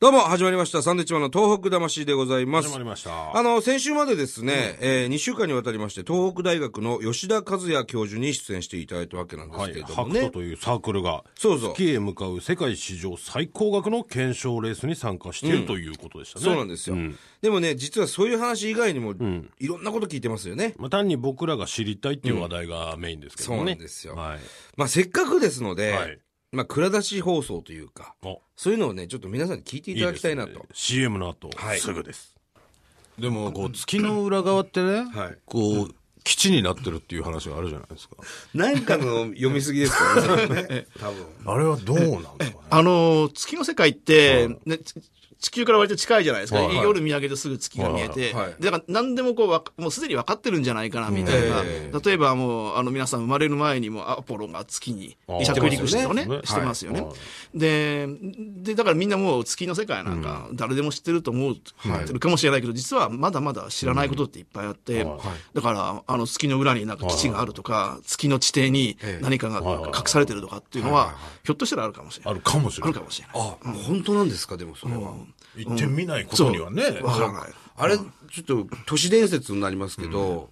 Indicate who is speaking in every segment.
Speaker 1: どうも、始まりました。サンドイッチマンの東北魂でございます
Speaker 2: 始ま。りました。
Speaker 1: あの、先週までですね、え2週間にわたりまして、東北大学の吉田和也教授に出演していただいたわけなんです
Speaker 2: は
Speaker 1: け
Speaker 2: い、
Speaker 1: れど
Speaker 2: ハ
Speaker 1: も
Speaker 2: ク
Speaker 1: ね。
Speaker 2: トというサークルが、
Speaker 1: そうそう
Speaker 2: 月へ向かう世界史上最高額の検証レースに参加している、ということでしたね。
Speaker 1: そうなんですよ、でもね、実はそういう話以外にも、いろんなこと聞いてますよね。
Speaker 2: まあ、単に僕らが知りたいっていう話題がメインですけど
Speaker 1: そ
Speaker 2: ね。
Speaker 1: うなんですよ。
Speaker 2: はい。
Speaker 1: まあ、せっかくですので、
Speaker 2: はい
Speaker 1: まあ、蔵出し放送というか、
Speaker 2: お
Speaker 1: そういうのをね、ちょっと皆さんに聞いていただきたいな
Speaker 2: で
Speaker 1: と。
Speaker 2: すね CM の後、
Speaker 1: はい
Speaker 2: すぐです。
Speaker 3: でもこう月の裏側ってね、
Speaker 1: はい
Speaker 3: こう基地になってるっていう話があるじゃないですか
Speaker 1: なんかの読みすぎですからね、多分。
Speaker 3: あれはどうなんですかね
Speaker 4: あの、月の世界って、ね、つ地球から割と近いじゃないですか。
Speaker 3: はい
Speaker 4: 夜見上げてすぐ月が見え
Speaker 1: はい
Speaker 4: て。
Speaker 1: はいはい
Speaker 4: でだから何でもこうわか、もうすでに分かってるんじゃないかな、みたいな。
Speaker 1: え
Speaker 4: 例えばもう、あの皆さん生まれる前にもアポロが月に
Speaker 2: ああ
Speaker 4: 着陸して
Speaker 2: してますよね
Speaker 4: してますよね
Speaker 2: はい。
Speaker 4: で、で、だからみんなもう月の世界なんか誰でも知ってると思う、思ってるかもしれないけど、実はまだまだ知らないことっていっぱいあって、だから、あの月の裏になんか基地があるとか、月の地底に何かが隠されてるとかっていうのは、ひょっとしたらあるかもしれな
Speaker 3: あ。
Speaker 4: い
Speaker 3: るかもし
Speaker 4: あ
Speaker 3: れな
Speaker 4: るか
Speaker 3: い
Speaker 4: もしれない。
Speaker 1: あ、本当なんですか、でもそれは。
Speaker 3: 行ってみないことにはね、
Speaker 4: わからない。
Speaker 1: あれ、ちょっと都市伝説になりますけど、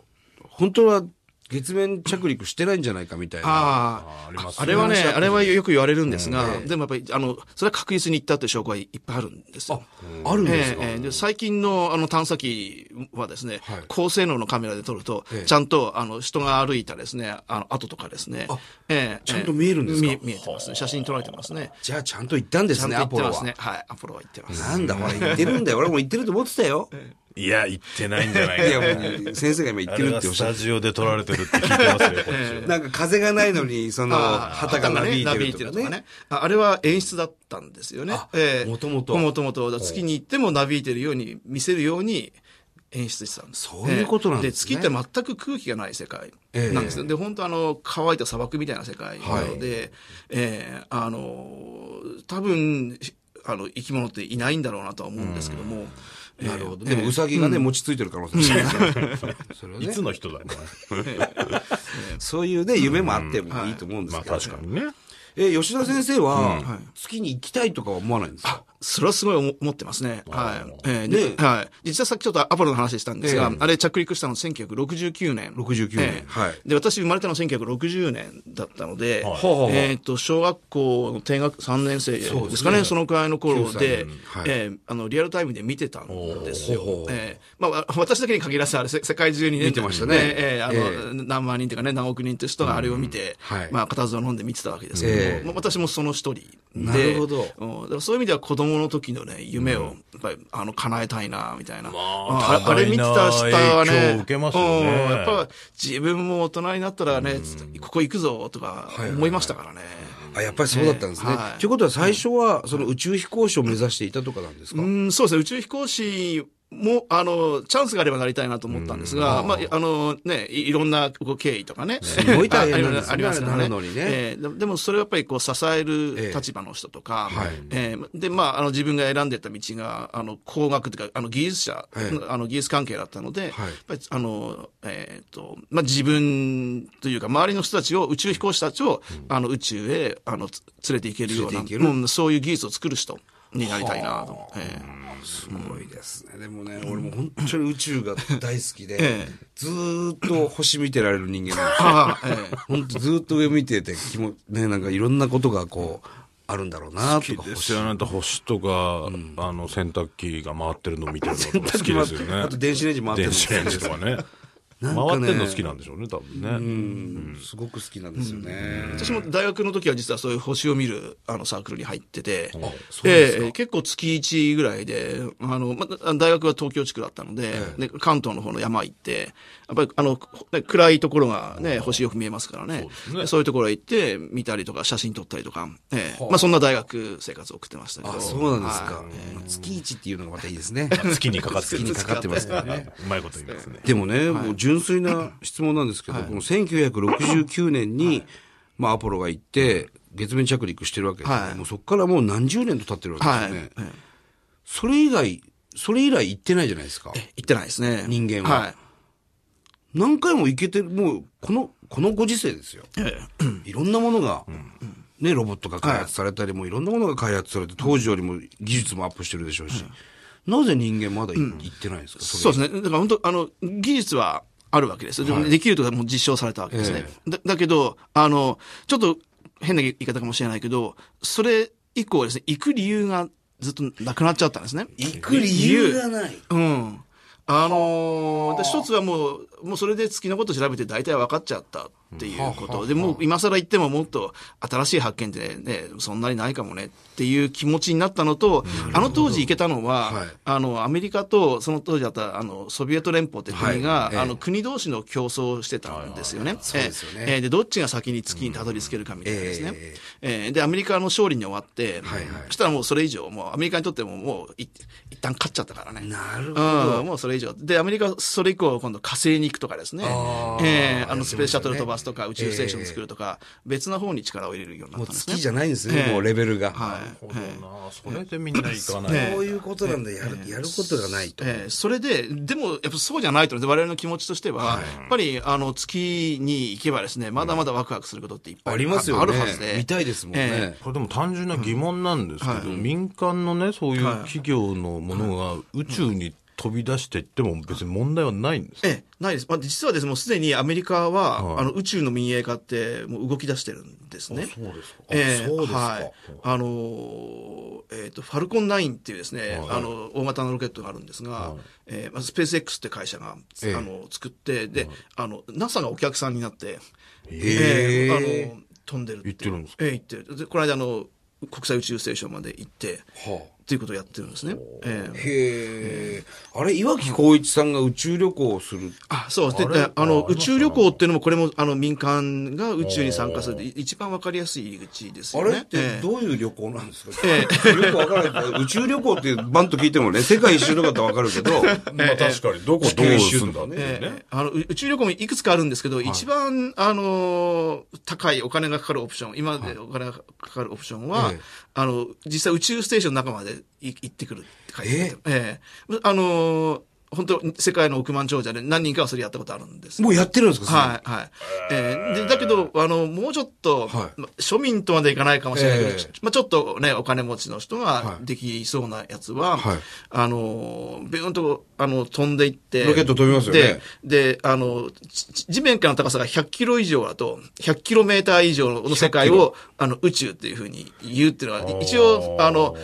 Speaker 1: 本当は月面着陸してないんじゃないかみたいな。
Speaker 4: あ
Speaker 3: ありま
Speaker 4: あ、あ
Speaker 3: す
Speaker 4: れはね、あれはよく言われるんですが、でもやっぱり、あの、それは確実に言ったという証拠はいっぱいあるんですよ。
Speaker 1: あるんです
Speaker 4: え
Speaker 1: か、
Speaker 4: えええで最近のあの探査機はですね、
Speaker 1: はい
Speaker 4: 高性能のカメラで撮ると、
Speaker 1: ええ
Speaker 4: ちゃんとあの人が歩いたですね、あの跡とかですね、ええ
Speaker 1: ちゃんと見えるんですか
Speaker 4: 見見えてますね。写真撮られてますね。
Speaker 1: じゃあちゃんと行ったんで
Speaker 4: ちゃ
Speaker 1: す
Speaker 4: ん
Speaker 1: ね、ア
Speaker 4: と行っ
Speaker 1: ポ
Speaker 4: て
Speaker 1: ロ
Speaker 4: ま
Speaker 1: は
Speaker 4: す。ね。はい、アポロは行ってます。
Speaker 1: なんだ、ほら、行ってるんだ よ。俺も行ってると思ってたよ。
Speaker 3: いや行ってないんじゃな
Speaker 1: い
Speaker 3: いか
Speaker 1: や、もう先生が今行ってるっておっしゃっ
Speaker 3: ジオで撮られてるって聞いて ますよ、
Speaker 1: て。なんか風がないのに、その、
Speaker 4: あー
Speaker 1: 旗がなびいてると
Speaker 4: 旗がねなびいてる
Speaker 1: か
Speaker 4: とか
Speaker 1: ね
Speaker 4: ね。ああれは演出だったんですよね
Speaker 1: あ。もともと
Speaker 4: もともと。だから月に行ってもなびいてるように見せるように演出してたんです。
Speaker 1: そういうことなんですね
Speaker 4: ええで、月って全く空気がない世界なんですよ。で、本当あの、乾いた砂漠みたいな世界なので、ええあの、多分、あの、生き物っていないんだろうなとは思うんですけども。
Speaker 1: なるほど。でも、ウサギがね、持ちついてる可能性もありますからそれはね
Speaker 3: いつの人だろうね
Speaker 1: そういうね、夢もあってもいいと思うん です
Speaker 3: まあ
Speaker 1: けど。
Speaker 3: 確かにね
Speaker 1: え、吉田先生は、月に行きたいとかは思わないんですか
Speaker 4: それはすごい思思ってますね。はい。えー
Speaker 1: ね
Speaker 4: で、はい。実はさっきちょっとアポロの話したんですが、あれ着陸したの1969年。
Speaker 1: 69年
Speaker 4: ええ
Speaker 1: はい
Speaker 4: で、私生まれたの1960年だったので、
Speaker 1: ほうほうほう
Speaker 4: えっと、小学校の低学3年生
Speaker 1: そうで
Speaker 4: ですす
Speaker 1: ね
Speaker 4: かね、そのくらいの頃
Speaker 1: 9歳
Speaker 4: で
Speaker 1: うんはい、
Speaker 4: えーあの、リアルタイムで見てたんですよ
Speaker 1: ほうほう。
Speaker 4: えーまあ、わ私だけに限らず、あれ、せ世界中にね、
Speaker 1: 見てましたね
Speaker 4: ええあの、
Speaker 1: え
Speaker 4: 何万人というかね、何億人という人があれを見て、
Speaker 1: はい
Speaker 4: まあ、固唾を飲んで見てたわけですけども、
Speaker 1: ええ
Speaker 4: まあ私もその一人で、
Speaker 1: なるほど
Speaker 4: うんだからそういう意味では子供の時のね、夢を、やっぱり、あの、叶えたいな、みたいな。ああれ見てた下
Speaker 3: 多大な
Speaker 4: は
Speaker 3: 影
Speaker 4: ね
Speaker 3: 響を、受けますよね
Speaker 4: うんやっぱ、自分も大人になったらね、ここ行くぞ、とか思いましたからね。
Speaker 1: あ、やっぱりそうだったんですね。
Speaker 4: ええはい
Speaker 1: ということは最初は、その宇宙飛行士を目指していたとかなんですか、
Speaker 4: うん、そうですね、宇宙飛行士も、あの、チャンスがあればなりたいなと思ったんですが、まあ、あの、ね、いいろんなご経緯とかね。す
Speaker 1: ごい大変なんですね
Speaker 4: ありますから
Speaker 1: あれ
Speaker 4: ね。
Speaker 1: なのにね
Speaker 4: えーででも、それはやっぱりこう、支え
Speaker 1: ええ
Speaker 4: る立場の人とか、
Speaker 1: はい
Speaker 4: えーで、まあ、あの、自分が選んでた道が、あの、工学というか、あの、技術者、
Speaker 1: ええ
Speaker 4: あの、技術関係だったので、
Speaker 1: はい
Speaker 4: やっぱり、あの、えっ、と、まあ、自分というか、周りの人たちを、宇宙飛行士たちを、あの、宇宙へ、あの、つ連れて行けるような、
Speaker 1: 連れて行ける
Speaker 4: うんそういう技術を作る人になりたいなと。ええ
Speaker 1: すごいですね。でもね、俺も本当に宇宙が大好 きで、
Speaker 4: ええ
Speaker 1: ずーっと星見てられる人間なんです よ。
Speaker 4: ああ、ええ。
Speaker 1: 本当ずーっと上見てて、気も、ね、なんかいろんなことがこう、あるんだろうなとか。
Speaker 3: ですよあなた星とか、あの洗濯機が回ってるの見てるのとか好き
Speaker 1: もあ
Speaker 3: で
Speaker 1: っ
Speaker 3: す
Speaker 1: て
Speaker 3: よね
Speaker 1: あと電子レンジ回ってる
Speaker 3: 電
Speaker 1: の
Speaker 3: 子レンジとかね
Speaker 1: んかね
Speaker 3: 回ってるの好きなんでしょうね多分ね、
Speaker 1: うん、すごく好きなんですよね。
Speaker 4: 私も大学の時は実はそういう星を見るあのサークルに入ってて、
Speaker 1: そうで
Speaker 4: え
Speaker 1: すか
Speaker 4: え結構月1ぐらいで、あの、ま、大学は東京地区だったので、で関東の方の山行って、やっぱりあの、ね暗いところがね、星よく見えますからね。
Speaker 3: そうで
Speaker 4: そう
Speaker 3: すね
Speaker 4: いうところへ行って、見たりとか写真撮ったりとか、ええまあそんな大学生活を送ってましたけど。
Speaker 1: あ、そうなんですか。
Speaker 4: はい
Speaker 1: まあ月一っていうのがまたいいですね。
Speaker 3: 月にかかって
Speaker 1: 月
Speaker 3: る
Speaker 1: にかかってますからね。
Speaker 3: うまいこと言いますね
Speaker 1: でもね、もう純粋な質問なんですけど、この1969年に、まあ、アポロが行って、月面着陸してるわけですね、
Speaker 4: はい
Speaker 1: もうそこからもう何十年と経ってるわけです
Speaker 4: は
Speaker 1: よ
Speaker 4: い。
Speaker 1: ね。
Speaker 4: ええ
Speaker 1: それ以外、それ以来行ってないじゃないですか。
Speaker 4: 行ってないですね。
Speaker 1: 人間は
Speaker 4: はい。
Speaker 1: 何回も行けてる、もう、この、このご時世ですよ。
Speaker 4: ええ
Speaker 1: いろんなものが、ね、ロボットが開発されたり、もういろんなものが開発されて、当時よりも技術もアップしてるでしょうし、なぜ人間まだい行ってないんですか、
Speaker 4: そう
Speaker 1: れ
Speaker 4: ですね。だから本当、あの、技術はあるわけです。でできるとかもう実証されたわけですね。だだけど、あの、ちょっと変な言い方かもしれないけど、それ以降ですね、行く理由がずっとなくなっちゃったんですね。
Speaker 1: 行く理由がない。
Speaker 4: うん。あのーで一つはもう、もうそれで月のこと調べて大体分かっちゃったっていうこと。で、もう今更言ってももっと新しい発見でね、そんなにないかもねっていう気持ちになったのと、あの当時行けたのは、
Speaker 1: はい
Speaker 4: あの、アメリカとその当時だったあの、ソビエト連邦って国が、
Speaker 1: はいええ
Speaker 4: あの、国同士の競争をしてたんですよね。
Speaker 1: そうですよね
Speaker 4: ええええで、どっちが先に月にたどり着けるかみたいなですね。
Speaker 1: うん
Speaker 4: ええで、アメリカの勝利に終わって、
Speaker 1: はいはい
Speaker 4: そしたらもうそれ以上、もうアメリカにとってももうい一旦勝っちゃったからね。
Speaker 1: なるほ
Speaker 4: うん、もうそれ以上。で、アメリカはそれ以降、今度火星に行くとかですね。
Speaker 1: あー
Speaker 4: え
Speaker 1: やっ
Speaker 4: えあ
Speaker 1: てま
Speaker 4: の、
Speaker 1: したね
Speaker 4: スペースシャトル飛ばすとか、宇宙ステーション作るとか、別な方に力を入れるようにな
Speaker 1: もう
Speaker 4: ったんですね。
Speaker 1: 月じゃないんですね、
Speaker 4: ええ
Speaker 1: もうレベルが。
Speaker 4: はい。
Speaker 2: ほどなそれでみんな行かない、
Speaker 1: こういうことなんだ、やる、やることがないと。
Speaker 4: ええそれで、でも、やっぱそうじゃないと思うんです、我々の気持ちとしては、やっぱり、あの、月に行けばですね、まだまだワクワクすることっていっぱい
Speaker 1: ありますよね。
Speaker 4: あるはずで。
Speaker 1: 見たいですもんね。
Speaker 3: これでも単純な疑問なんですけど、
Speaker 4: うんは
Speaker 3: 民間のねそういう
Speaker 4: はい
Speaker 3: 企業のものが宇宙に飛び出していっても別に問題はないんです
Speaker 4: ええ、ないです。まあ、実はですね、もうすでにアメリカは、
Speaker 3: はい
Speaker 4: あの、宇宙の民営化って、もう動き出してるんですね。そうですか。ええ
Speaker 1: そうですか
Speaker 4: はい。あのーえっ、と、ファルコン9っていうですね、あの、大型のロケットがあるんですが、ええまあ、スペース X って会社が、
Speaker 1: ええ
Speaker 4: あの、作って、で、あの、NASA がお客さんになって、
Speaker 1: ええ
Speaker 4: あの、飛んでるっていう
Speaker 3: 行ってるんですか
Speaker 4: ええ、行ってる。で、この間、あの、国際宇宙ステーションまで行って、
Speaker 1: はあ
Speaker 4: っていうことをやってるんですね。ええ
Speaker 1: へえ。あれ、岩城光一さんが宇宙旅行をする。
Speaker 4: あ、そうですね。あの、宇宙旅行っていうのも、これも、あの、民間が宇宙に参加する、い一番わかりやすい入り口です
Speaker 1: あ
Speaker 4: よね。
Speaker 1: れって
Speaker 4: ええ
Speaker 1: どういう旅行なんですか、よくわからないけど。宇宙旅行ってバンと聞いてもね、世界一周とかってわかるけ ど、
Speaker 3: まあ確かにどこどうすんだっていう
Speaker 4: え
Speaker 3: ね
Speaker 4: えあのう宇宙旅行もいくつかあるんですけど、一番、あのー高いお金がかかるオプション、今までお金がかかるオプションは、
Speaker 1: ええ
Speaker 4: あの、実際宇宙ステーションの中までい行ってくるって書いてある
Speaker 1: え
Speaker 4: ええあのー本当世界の億万長者で何人かはそれやったことあるんですよ
Speaker 1: もうやってるんですか
Speaker 4: はい、はい。えーで、だけど、あの、もうちょっと、
Speaker 1: はい
Speaker 4: ま庶民とまでいかないかもしれないけど、
Speaker 1: ええ
Speaker 4: ちまあ、ちょっとね、お金持ちの人が
Speaker 1: はい
Speaker 4: できそうなやつは、
Speaker 1: はい
Speaker 4: あの、ビューンと、あの、飛んでいって、
Speaker 1: ロケット飛びますよね
Speaker 4: で、で、あの、ち地面からの高さが100キロ以上だと、100キロメーター以上の世界を、あの、宇宙っていうふうに言うっていうのは、一応、あの、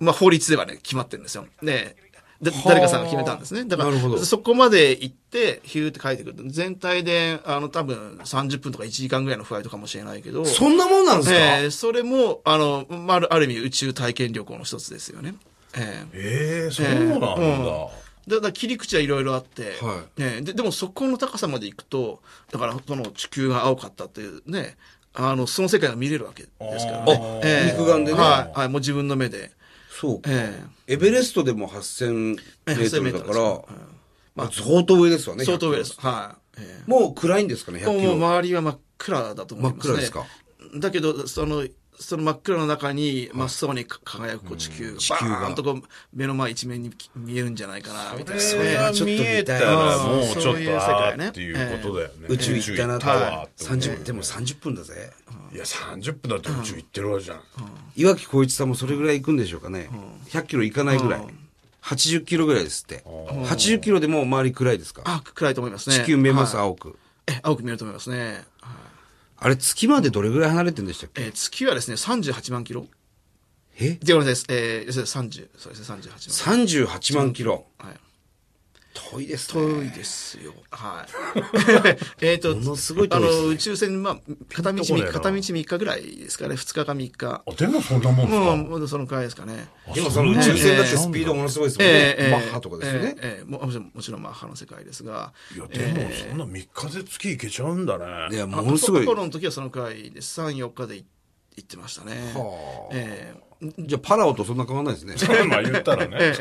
Speaker 4: まあ、法律ではね、決まってるんですよ。ね。で誰かさんが決めたんですね。だから
Speaker 1: なるほど
Speaker 4: そこまで行って、ヒューって帰ってくると、全体で、あの、多分30分とか1時間ぐらいのフライトかもしれないけど、
Speaker 1: そんなもんなんですか、
Speaker 4: えーそれも、あの、まあある、ある意味宇宙体験旅行の一つですよね。えー
Speaker 3: ええそうなんだ、
Speaker 4: だだから切り口はいろいろあって、
Speaker 1: は
Speaker 4: ねででもそこの高さまで行くとだからその地球が青かったっていうねあのその世界が見れるわけですからね
Speaker 1: あ、肉眼でね
Speaker 4: はい、はい、もう自分の目で、
Speaker 1: そうか、
Speaker 4: え
Speaker 1: エベレストでも8000メートルだか
Speaker 4: 8000
Speaker 1: ら、
Speaker 4: メートルです
Speaker 1: まあ、相当上ですわね。
Speaker 4: え相当上です
Speaker 1: 100キ
Speaker 4: はい、え
Speaker 1: ロ。もう暗いんですかね、
Speaker 4: え
Speaker 1: 100キ
Speaker 4: もう
Speaker 1: ロ。
Speaker 4: 周りは真っ暗だと思います
Speaker 1: 真っ
Speaker 4: ね
Speaker 1: 暗ですか
Speaker 4: だけどそのその真っ暗の中に真っ青に輝くこう地球が
Speaker 1: 地球が
Speaker 4: バーンとこう目の前一面に見えるんじゃないかなみたいな
Speaker 1: そ
Speaker 4: ね
Speaker 1: れはちょっと見
Speaker 3: 見
Speaker 1: たい
Speaker 3: え
Speaker 1: な
Speaker 3: たら
Speaker 4: うん
Speaker 3: もうちょっ
Speaker 4: そう
Speaker 3: と
Speaker 4: いう世
Speaker 3: あ
Speaker 4: 界ね
Speaker 3: ーっていうことだよね、
Speaker 1: 宇宙行ったなと
Speaker 3: 宇宙行ったわ
Speaker 1: は
Speaker 3: っ。て思う
Speaker 1: 30でも30分だぜ。
Speaker 3: いや30分だって宇宙行ってるわけじゃん、
Speaker 1: 岩城光一さんもそれぐらい行くんでしょうかね。100キロ行かないぐらい。80キロぐらいですって。80キロでもう周り暗いですか
Speaker 4: あ暗いと思いますね
Speaker 1: 地球見えます、
Speaker 4: はい
Speaker 1: 青く。
Speaker 4: え青く見えると思いますね、はい
Speaker 1: あれ、月までどれぐらい離れてるんでしたっけ
Speaker 4: えー月はですね、38万キロ。
Speaker 1: え
Speaker 4: で、ごめんなさい、えー、要するに30、そうですね、38
Speaker 1: ?38 万キロ。
Speaker 4: 万。はい。
Speaker 1: 遠いですね。
Speaker 4: 遠いですよ。はい。 えっと、
Speaker 1: ものすごい遠
Speaker 4: あ
Speaker 1: いですね
Speaker 4: の、宇宙船、まあ、片道
Speaker 3: ピンとこねえな
Speaker 4: 3日、片道3日ぐらいですかね、2日か3日。
Speaker 3: あでもそんなもんです
Speaker 4: も
Speaker 3: か、
Speaker 4: う、もうそのくらいですかね。
Speaker 1: でもその宇宙船だってスピードものすごいですもんね。
Speaker 4: えー
Speaker 1: マッハとかですよね。
Speaker 4: えーえーももちろん、もちろんマッハの世界ですが。
Speaker 3: いやでもそんな3日で月行けちゃうんだね、
Speaker 1: いや、
Speaker 4: あ
Speaker 1: ものすごい。
Speaker 4: コロの時はそのくらいです。3、4日でい行ってましたね。
Speaker 1: はあ
Speaker 4: えー
Speaker 1: じゃあ、パラオとそんな変わらないですね。
Speaker 3: まあ言ったらね。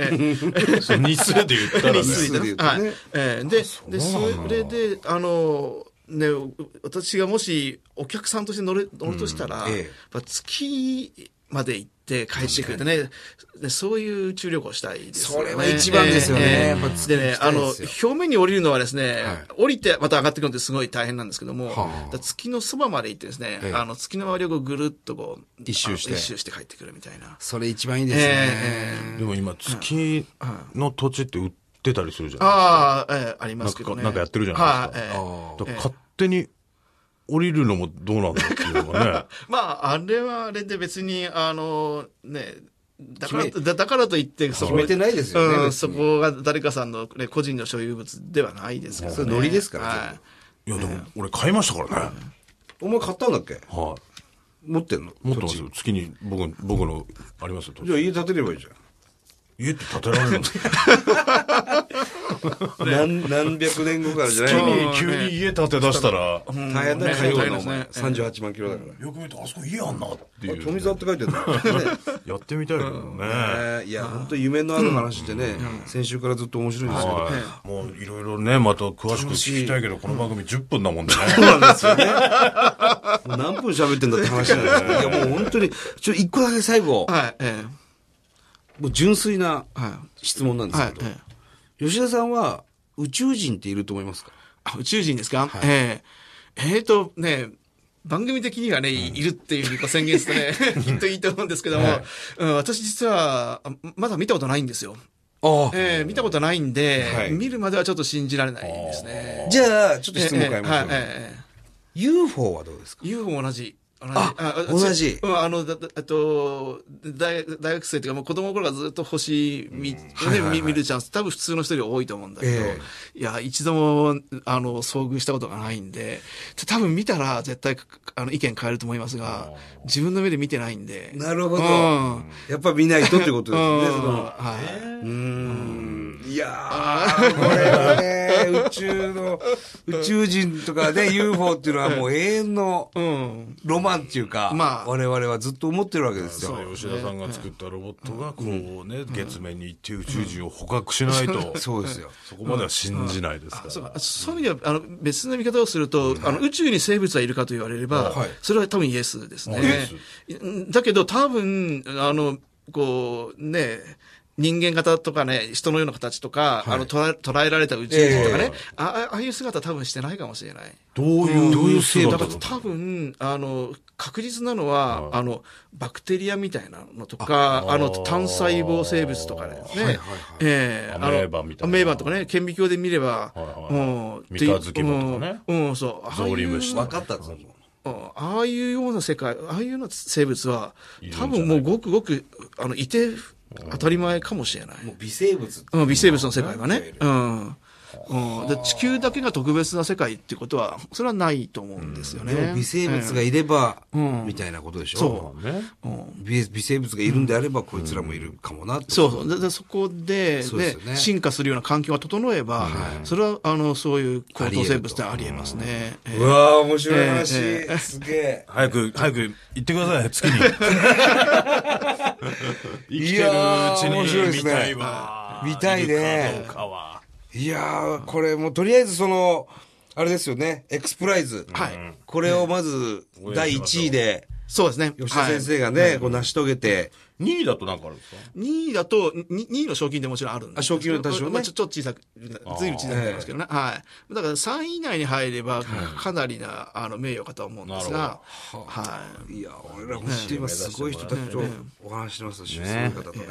Speaker 3: そう日数で言ったらね。
Speaker 1: 数で言うとね
Speaker 4: はいえーででそれであのねう私がもしお客さんとして乗れ乗るとしたら、
Speaker 1: うんええ
Speaker 4: やっぱ月まで行って帰ってくるってね、でそういう宇宙旅行したいですよね。
Speaker 1: それは一番ですよねやっぱ
Speaker 4: でね、あの、
Speaker 1: 行きたいです
Speaker 4: 表面に降りるのはですね、
Speaker 1: は
Speaker 4: 降りてまた上がってくるのってすごい大変なんですけども、
Speaker 1: はあ
Speaker 4: だから月のそばまで行ってですね、
Speaker 1: ええ
Speaker 4: あの月の周りをこうぐるっとこう、
Speaker 1: 一周して
Speaker 4: あの一周して帰ってくるみたいな。
Speaker 1: それ一番いいですね。
Speaker 3: でも今、月の土地って売ってたりするじゃない
Speaker 4: ああ、ええありますけどね。
Speaker 3: なんかなんかやってるじゃないですです
Speaker 4: はい、ええ
Speaker 3: か。だから勝手に降りるのもどうなんだっていうの が
Speaker 4: まあ、あれはあれで別に、あの、ね、だから、
Speaker 1: 決
Speaker 4: だだからといって、そこ
Speaker 1: 決めてないですよね
Speaker 4: う
Speaker 1: 別
Speaker 4: ん、
Speaker 1: に
Speaker 4: そこが誰かさんの、ね、個人の所有物ではないですから、ね。
Speaker 1: それノリですから
Speaker 4: はい。
Speaker 3: ね。いや、でも俺買いましたからね。
Speaker 1: お前買ったんだっけ
Speaker 3: は
Speaker 1: 持ってんの
Speaker 3: い。持ってますよ。月に僕、僕のありますよ。土地
Speaker 1: じゃあ家建てればいいじゃん。
Speaker 3: 家って建てられるんですか
Speaker 1: 何何百年後からじゃない
Speaker 3: 月
Speaker 1: の
Speaker 3: に 急に家建て出したら、よ
Speaker 1: 大変だよ、
Speaker 4: ね
Speaker 1: 火曜
Speaker 4: 大変
Speaker 1: の
Speaker 4: で
Speaker 1: お
Speaker 4: すね
Speaker 1: 前。38万キロだから。
Speaker 3: く見るとあそこ家あんなって
Speaker 1: あ
Speaker 3: いう。
Speaker 1: 富澤って書いてんだ。ね
Speaker 3: やってみたいけどね。
Speaker 1: えーいや、本当夢のある話ってね、先週からずっと面白いんですけど。
Speaker 3: はい。もういろいろね、また詳しく聞きたいけど、この番組10分だもんね。
Speaker 1: そうなんですよね。もう何分喋ってんだって話なんですけど。いや、もう本当に、ちょ、一個だけ最後、
Speaker 4: はい、え
Speaker 1: もう純粋な
Speaker 4: えはい。
Speaker 1: 質問なんで
Speaker 4: は
Speaker 1: す
Speaker 4: い
Speaker 1: け、
Speaker 4: え
Speaker 1: ど、
Speaker 4: え
Speaker 1: 吉田さんは宇宙人っていると思いますか
Speaker 4: あ宇宙人ですか、えええーとね、番組的にはね、いいるっていうふうにこう宣言する とね、きっといいと思うんですけども、うん、私実は、あまだ見たことないんですよ。
Speaker 1: あ
Speaker 4: えー見たことないんで、
Speaker 1: はい
Speaker 4: 見るまではちょっと信じられないですね。
Speaker 1: じゃあ、ちょっと質問変えましょう
Speaker 4: ええ
Speaker 1: ね。
Speaker 4: はいええ
Speaker 1: UFO はどうですか
Speaker 4: UFO も同じ。同じ。
Speaker 1: あ同じ
Speaker 4: うん、あの、だだえっと、大学大学生というか、もう子供の頃からずっと星見、ね
Speaker 1: はいはいはい
Speaker 4: 見見るチャンス、多分普通の人より多いと思うんだけど、
Speaker 1: え
Speaker 4: いや、一度も、あの、遭遇したことがないんで、多分見たら絶対、あの、意見変えると思いますが、自分の目で見てないんで。
Speaker 1: なるほど
Speaker 4: うん。
Speaker 1: やっぱ見ないとってことです
Speaker 4: うん
Speaker 1: よね。その
Speaker 4: は
Speaker 1: うーんいやー、これはね、宇宙の、宇宙人とかね、UFO っていうのはもう永遠の
Speaker 4: い。うん。
Speaker 1: ロマンっていうか、
Speaker 4: まあ
Speaker 1: 我々はずっと思ってるわけですよ。
Speaker 3: 吉田さんが作ったロボットがこうね、月面に行って宇宙人を捕獲しないと、 そ
Speaker 1: そうですよ。
Speaker 3: こまでは信じないですか
Speaker 4: そう
Speaker 3: ら。
Speaker 4: かそういう意味では、あの、別の見方をすると、あの、宇宙に生物はいるかと言われれば、
Speaker 1: はい
Speaker 4: それは多分イエスですね
Speaker 3: イエ。
Speaker 4: うんだけど多分、あの、こう、ね、人間型とかね、人のような形とか、あの、捉え捉えられた宇宙人とかね、ああああいう姿多分してないかもしれない。
Speaker 3: どういう、どういう制度
Speaker 4: だ
Speaker 3: だ
Speaker 4: か
Speaker 3: と
Speaker 4: ら多分、あの、確実なのは、あの、バクテリアみたいなのとか、あの、単細胞生物とかね。ねええ
Speaker 3: アメーバみたいな
Speaker 4: あのアメーバとかね、顕微鏡で見れば、
Speaker 3: はいはい
Speaker 4: うんって
Speaker 3: 三日月もとかね
Speaker 4: うん、うんそう。ああいう
Speaker 3: ゾウリムシと
Speaker 1: 分かったんですよ。
Speaker 4: うんああいうような世界、ああいうような生物は、多
Speaker 3: るんじゃない
Speaker 4: 分もうごくごく、あの、いて当たり前かもしれない。
Speaker 1: もう微生物って
Speaker 4: うん、微生物の世界がね。うん。うん、で地球だけが特別な世界ってことは、それはないと思うんですよね。
Speaker 1: 微生物がいれば、みたいなことでしょ。
Speaker 4: そう
Speaker 3: ね。
Speaker 1: 微微生物がいるんであれば、こいつらもいるかもなって
Speaker 4: そうそう。ででそこで
Speaker 1: そうですよね
Speaker 4: ね進化するような環境が整えば、それは、あの、そういう高等生物ってありえますね。ええ
Speaker 1: うわー、面白い話。
Speaker 4: え
Speaker 1: すげえ。
Speaker 3: 早く、早く行ってください、月に。 生きてるうちに見たいわ。
Speaker 1: いやー面白いですね見たいね
Speaker 3: るかどうかは。
Speaker 1: いやー、これもうとりあえずその、あれですよね、エクスプライズ。
Speaker 4: はい
Speaker 1: これをまず、第1位で、
Speaker 4: そうですね。
Speaker 1: 吉田先
Speaker 4: はい
Speaker 1: 生がね、こう成し遂げて、
Speaker 3: 2位だとなんかあるんですか
Speaker 4: 2位だと、に2位の賞金でもちろんあるんですけど
Speaker 1: あ賞金は多少ね
Speaker 4: まあちょちょっと小さく、ずいぶん小さくなりますけどね。はい。だから3位以内に入れば、かなりな、あの、名誉かと思うんですが、はい。
Speaker 1: いや、俺ら本当に今すごい人たちとお話してますし、すごい方とね。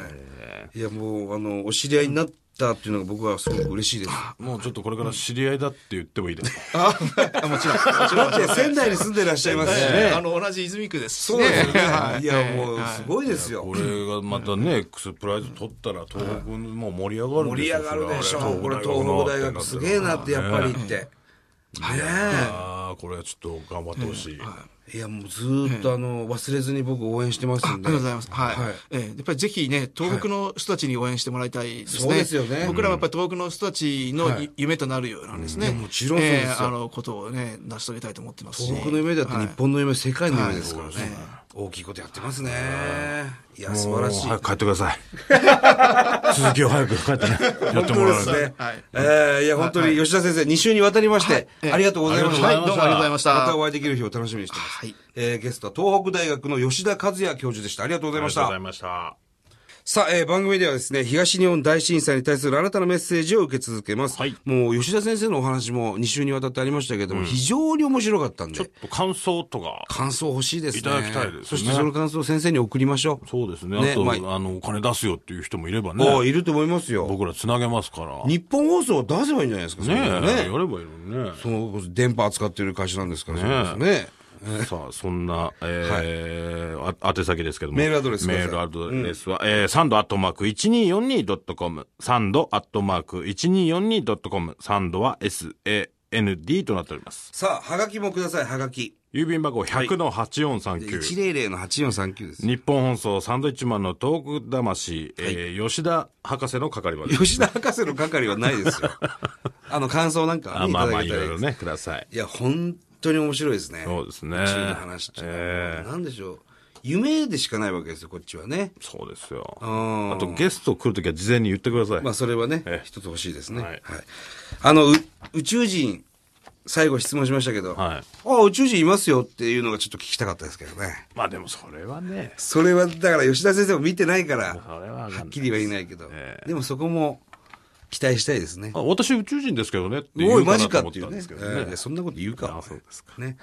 Speaker 1: いや、もう、あの、お知り合いになったっていうのが僕はすごく嬉しい です。
Speaker 3: もうちょっとこれから知り合いだって言ってもいいですか
Speaker 4: あもちろん、 もちろん。
Speaker 1: だって仙台に住んでらっしゃいますしね。
Speaker 4: あの、同じ泉区ですし
Speaker 1: そうですよね
Speaker 4: は。い
Speaker 1: いや、もう、すごいですよ
Speaker 3: こ。れがまたね、X プライズ取ったら東北も盛り上がる
Speaker 1: 盛り上がるでしょ
Speaker 3: それは
Speaker 1: う。これ、東北大学すげえなって、やっぱり言って。ね
Speaker 3: ああ、これはちょっと頑張ってほしい。
Speaker 1: え。いや、もうずーっと、あの、忘れずに僕応援してますん
Speaker 4: あり
Speaker 1: で。
Speaker 4: がとうございます。はい。
Speaker 1: はい
Speaker 4: えーやっぱりぜひね、東北の人たちに応援してもらいたいですね。
Speaker 1: そうですよね
Speaker 4: 僕らはやっぱり東北の人たちのい、
Speaker 1: はい
Speaker 4: 夢となるようなんですね。
Speaker 1: うんいやもちろんそうですよ
Speaker 4: えーあの、ことをね、成し遂げたいと思ってますし。
Speaker 1: 東北の夢だって日本の夢、世界の夢ですからね。
Speaker 4: はい
Speaker 1: 大きいことやってますね。いや、素晴らしい。
Speaker 5: もう早く帰ってくだ さい。続きを早く帰ってね。やってもらう
Speaker 1: そうですね。
Speaker 4: はい
Speaker 1: えーいや、本当に吉田先生、2週にわたりまして、
Speaker 4: はい
Speaker 1: ありがとうございました。
Speaker 4: ありがとうございましたはいどうもありがとうございました
Speaker 1: またお会いできる日を楽しみにしてます。
Speaker 4: はい
Speaker 1: えーゲストは東北大学の吉田和也教授でした。ありがとうございました。
Speaker 5: ました。
Speaker 1: さあ、えー番組ではですね、東日本大震災に対するあなたのメッセージを受け続けます。
Speaker 3: はい
Speaker 1: もう、吉田先生のお話も2週にわたってありましたけれども、非常に面白かったんで、
Speaker 3: 感想とか。
Speaker 1: 感想欲しいですね。
Speaker 3: いただきたいですね
Speaker 1: そしてその感想を先生に送りましょう。
Speaker 3: そうですね。
Speaker 1: ね
Speaker 3: あと、
Speaker 1: ま
Speaker 3: あ、の、お金出すよっていう人もいれば
Speaker 1: おー
Speaker 3: ね。
Speaker 1: いると思いますよ。
Speaker 3: 僕ら繋げますから。ね
Speaker 1: 日本放送を出せばいいんじゃないですか、それ
Speaker 3: え、
Speaker 1: ね
Speaker 3: やればいいのにね。
Speaker 1: その電波扱ってる会社なんですから
Speaker 3: ね
Speaker 1: そうですね。
Speaker 3: さあ、そんな、えーあ宛先ですけども。
Speaker 1: メールアドレスくだ
Speaker 3: メ
Speaker 1: さい
Speaker 3: ールアドレスは、えー、サンドアットマーク 1242.com。サンドアットマーク 1242.com。サンドは SAND となっております。
Speaker 1: さあ、はがきもください、はがき。
Speaker 3: 郵便箱
Speaker 1: で
Speaker 3: 100-8439。
Speaker 1: 100の8439です。
Speaker 3: 日本放送サンドイッチマンのトーク魂、えー吉田博士の係まで。
Speaker 1: 吉田博士の係はない ですよ。あの、感想なんかは
Speaker 3: あ
Speaker 1: ね、い
Speaker 3: まあ
Speaker 1: た
Speaker 3: まあ、
Speaker 1: だ
Speaker 3: い
Speaker 1: きた
Speaker 3: ろい
Speaker 1: いで
Speaker 3: ろ
Speaker 1: す。
Speaker 3: ね、ください。
Speaker 1: いや、本当に面白いですね。
Speaker 3: そうですね
Speaker 1: 宇宙の話っていうのは
Speaker 3: え
Speaker 1: なんでしょう。夢でしかないわけですよ、こっちはね。
Speaker 3: そうですよ。
Speaker 1: うん
Speaker 3: あと、ゲスト来るときは事前に言ってください。
Speaker 1: まあ、それはね
Speaker 3: え、え
Speaker 1: 一つ欲しいですね。
Speaker 3: は
Speaker 1: はいい。あの、う宇宙人、最後質問しましたけど、
Speaker 3: はい
Speaker 1: ああ、宇宙人いますよっていうのがちょっと聞きたかったですけどね。
Speaker 3: まあでもそれはね、
Speaker 1: それは、だから吉田先生も見てないから、
Speaker 3: それはわかんない
Speaker 1: はっきりは言えないけど
Speaker 3: え、え
Speaker 1: でもそこも期待したいですね。
Speaker 3: あ私宇宙人ですけどねって
Speaker 1: お
Speaker 3: 言
Speaker 1: いう
Speaker 3: か
Speaker 1: マ
Speaker 3: な
Speaker 1: ジ
Speaker 3: と
Speaker 1: か
Speaker 3: 思
Speaker 1: っ
Speaker 3: って
Speaker 1: い
Speaker 3: た
Speaker 1: うんね
Speaker 3: ですけど
Speaker 1: ええい
Speaker 3: ね
Speaker 1: や。そんなこと言うか
Speaker 3: あそうです
Speaker 1: ね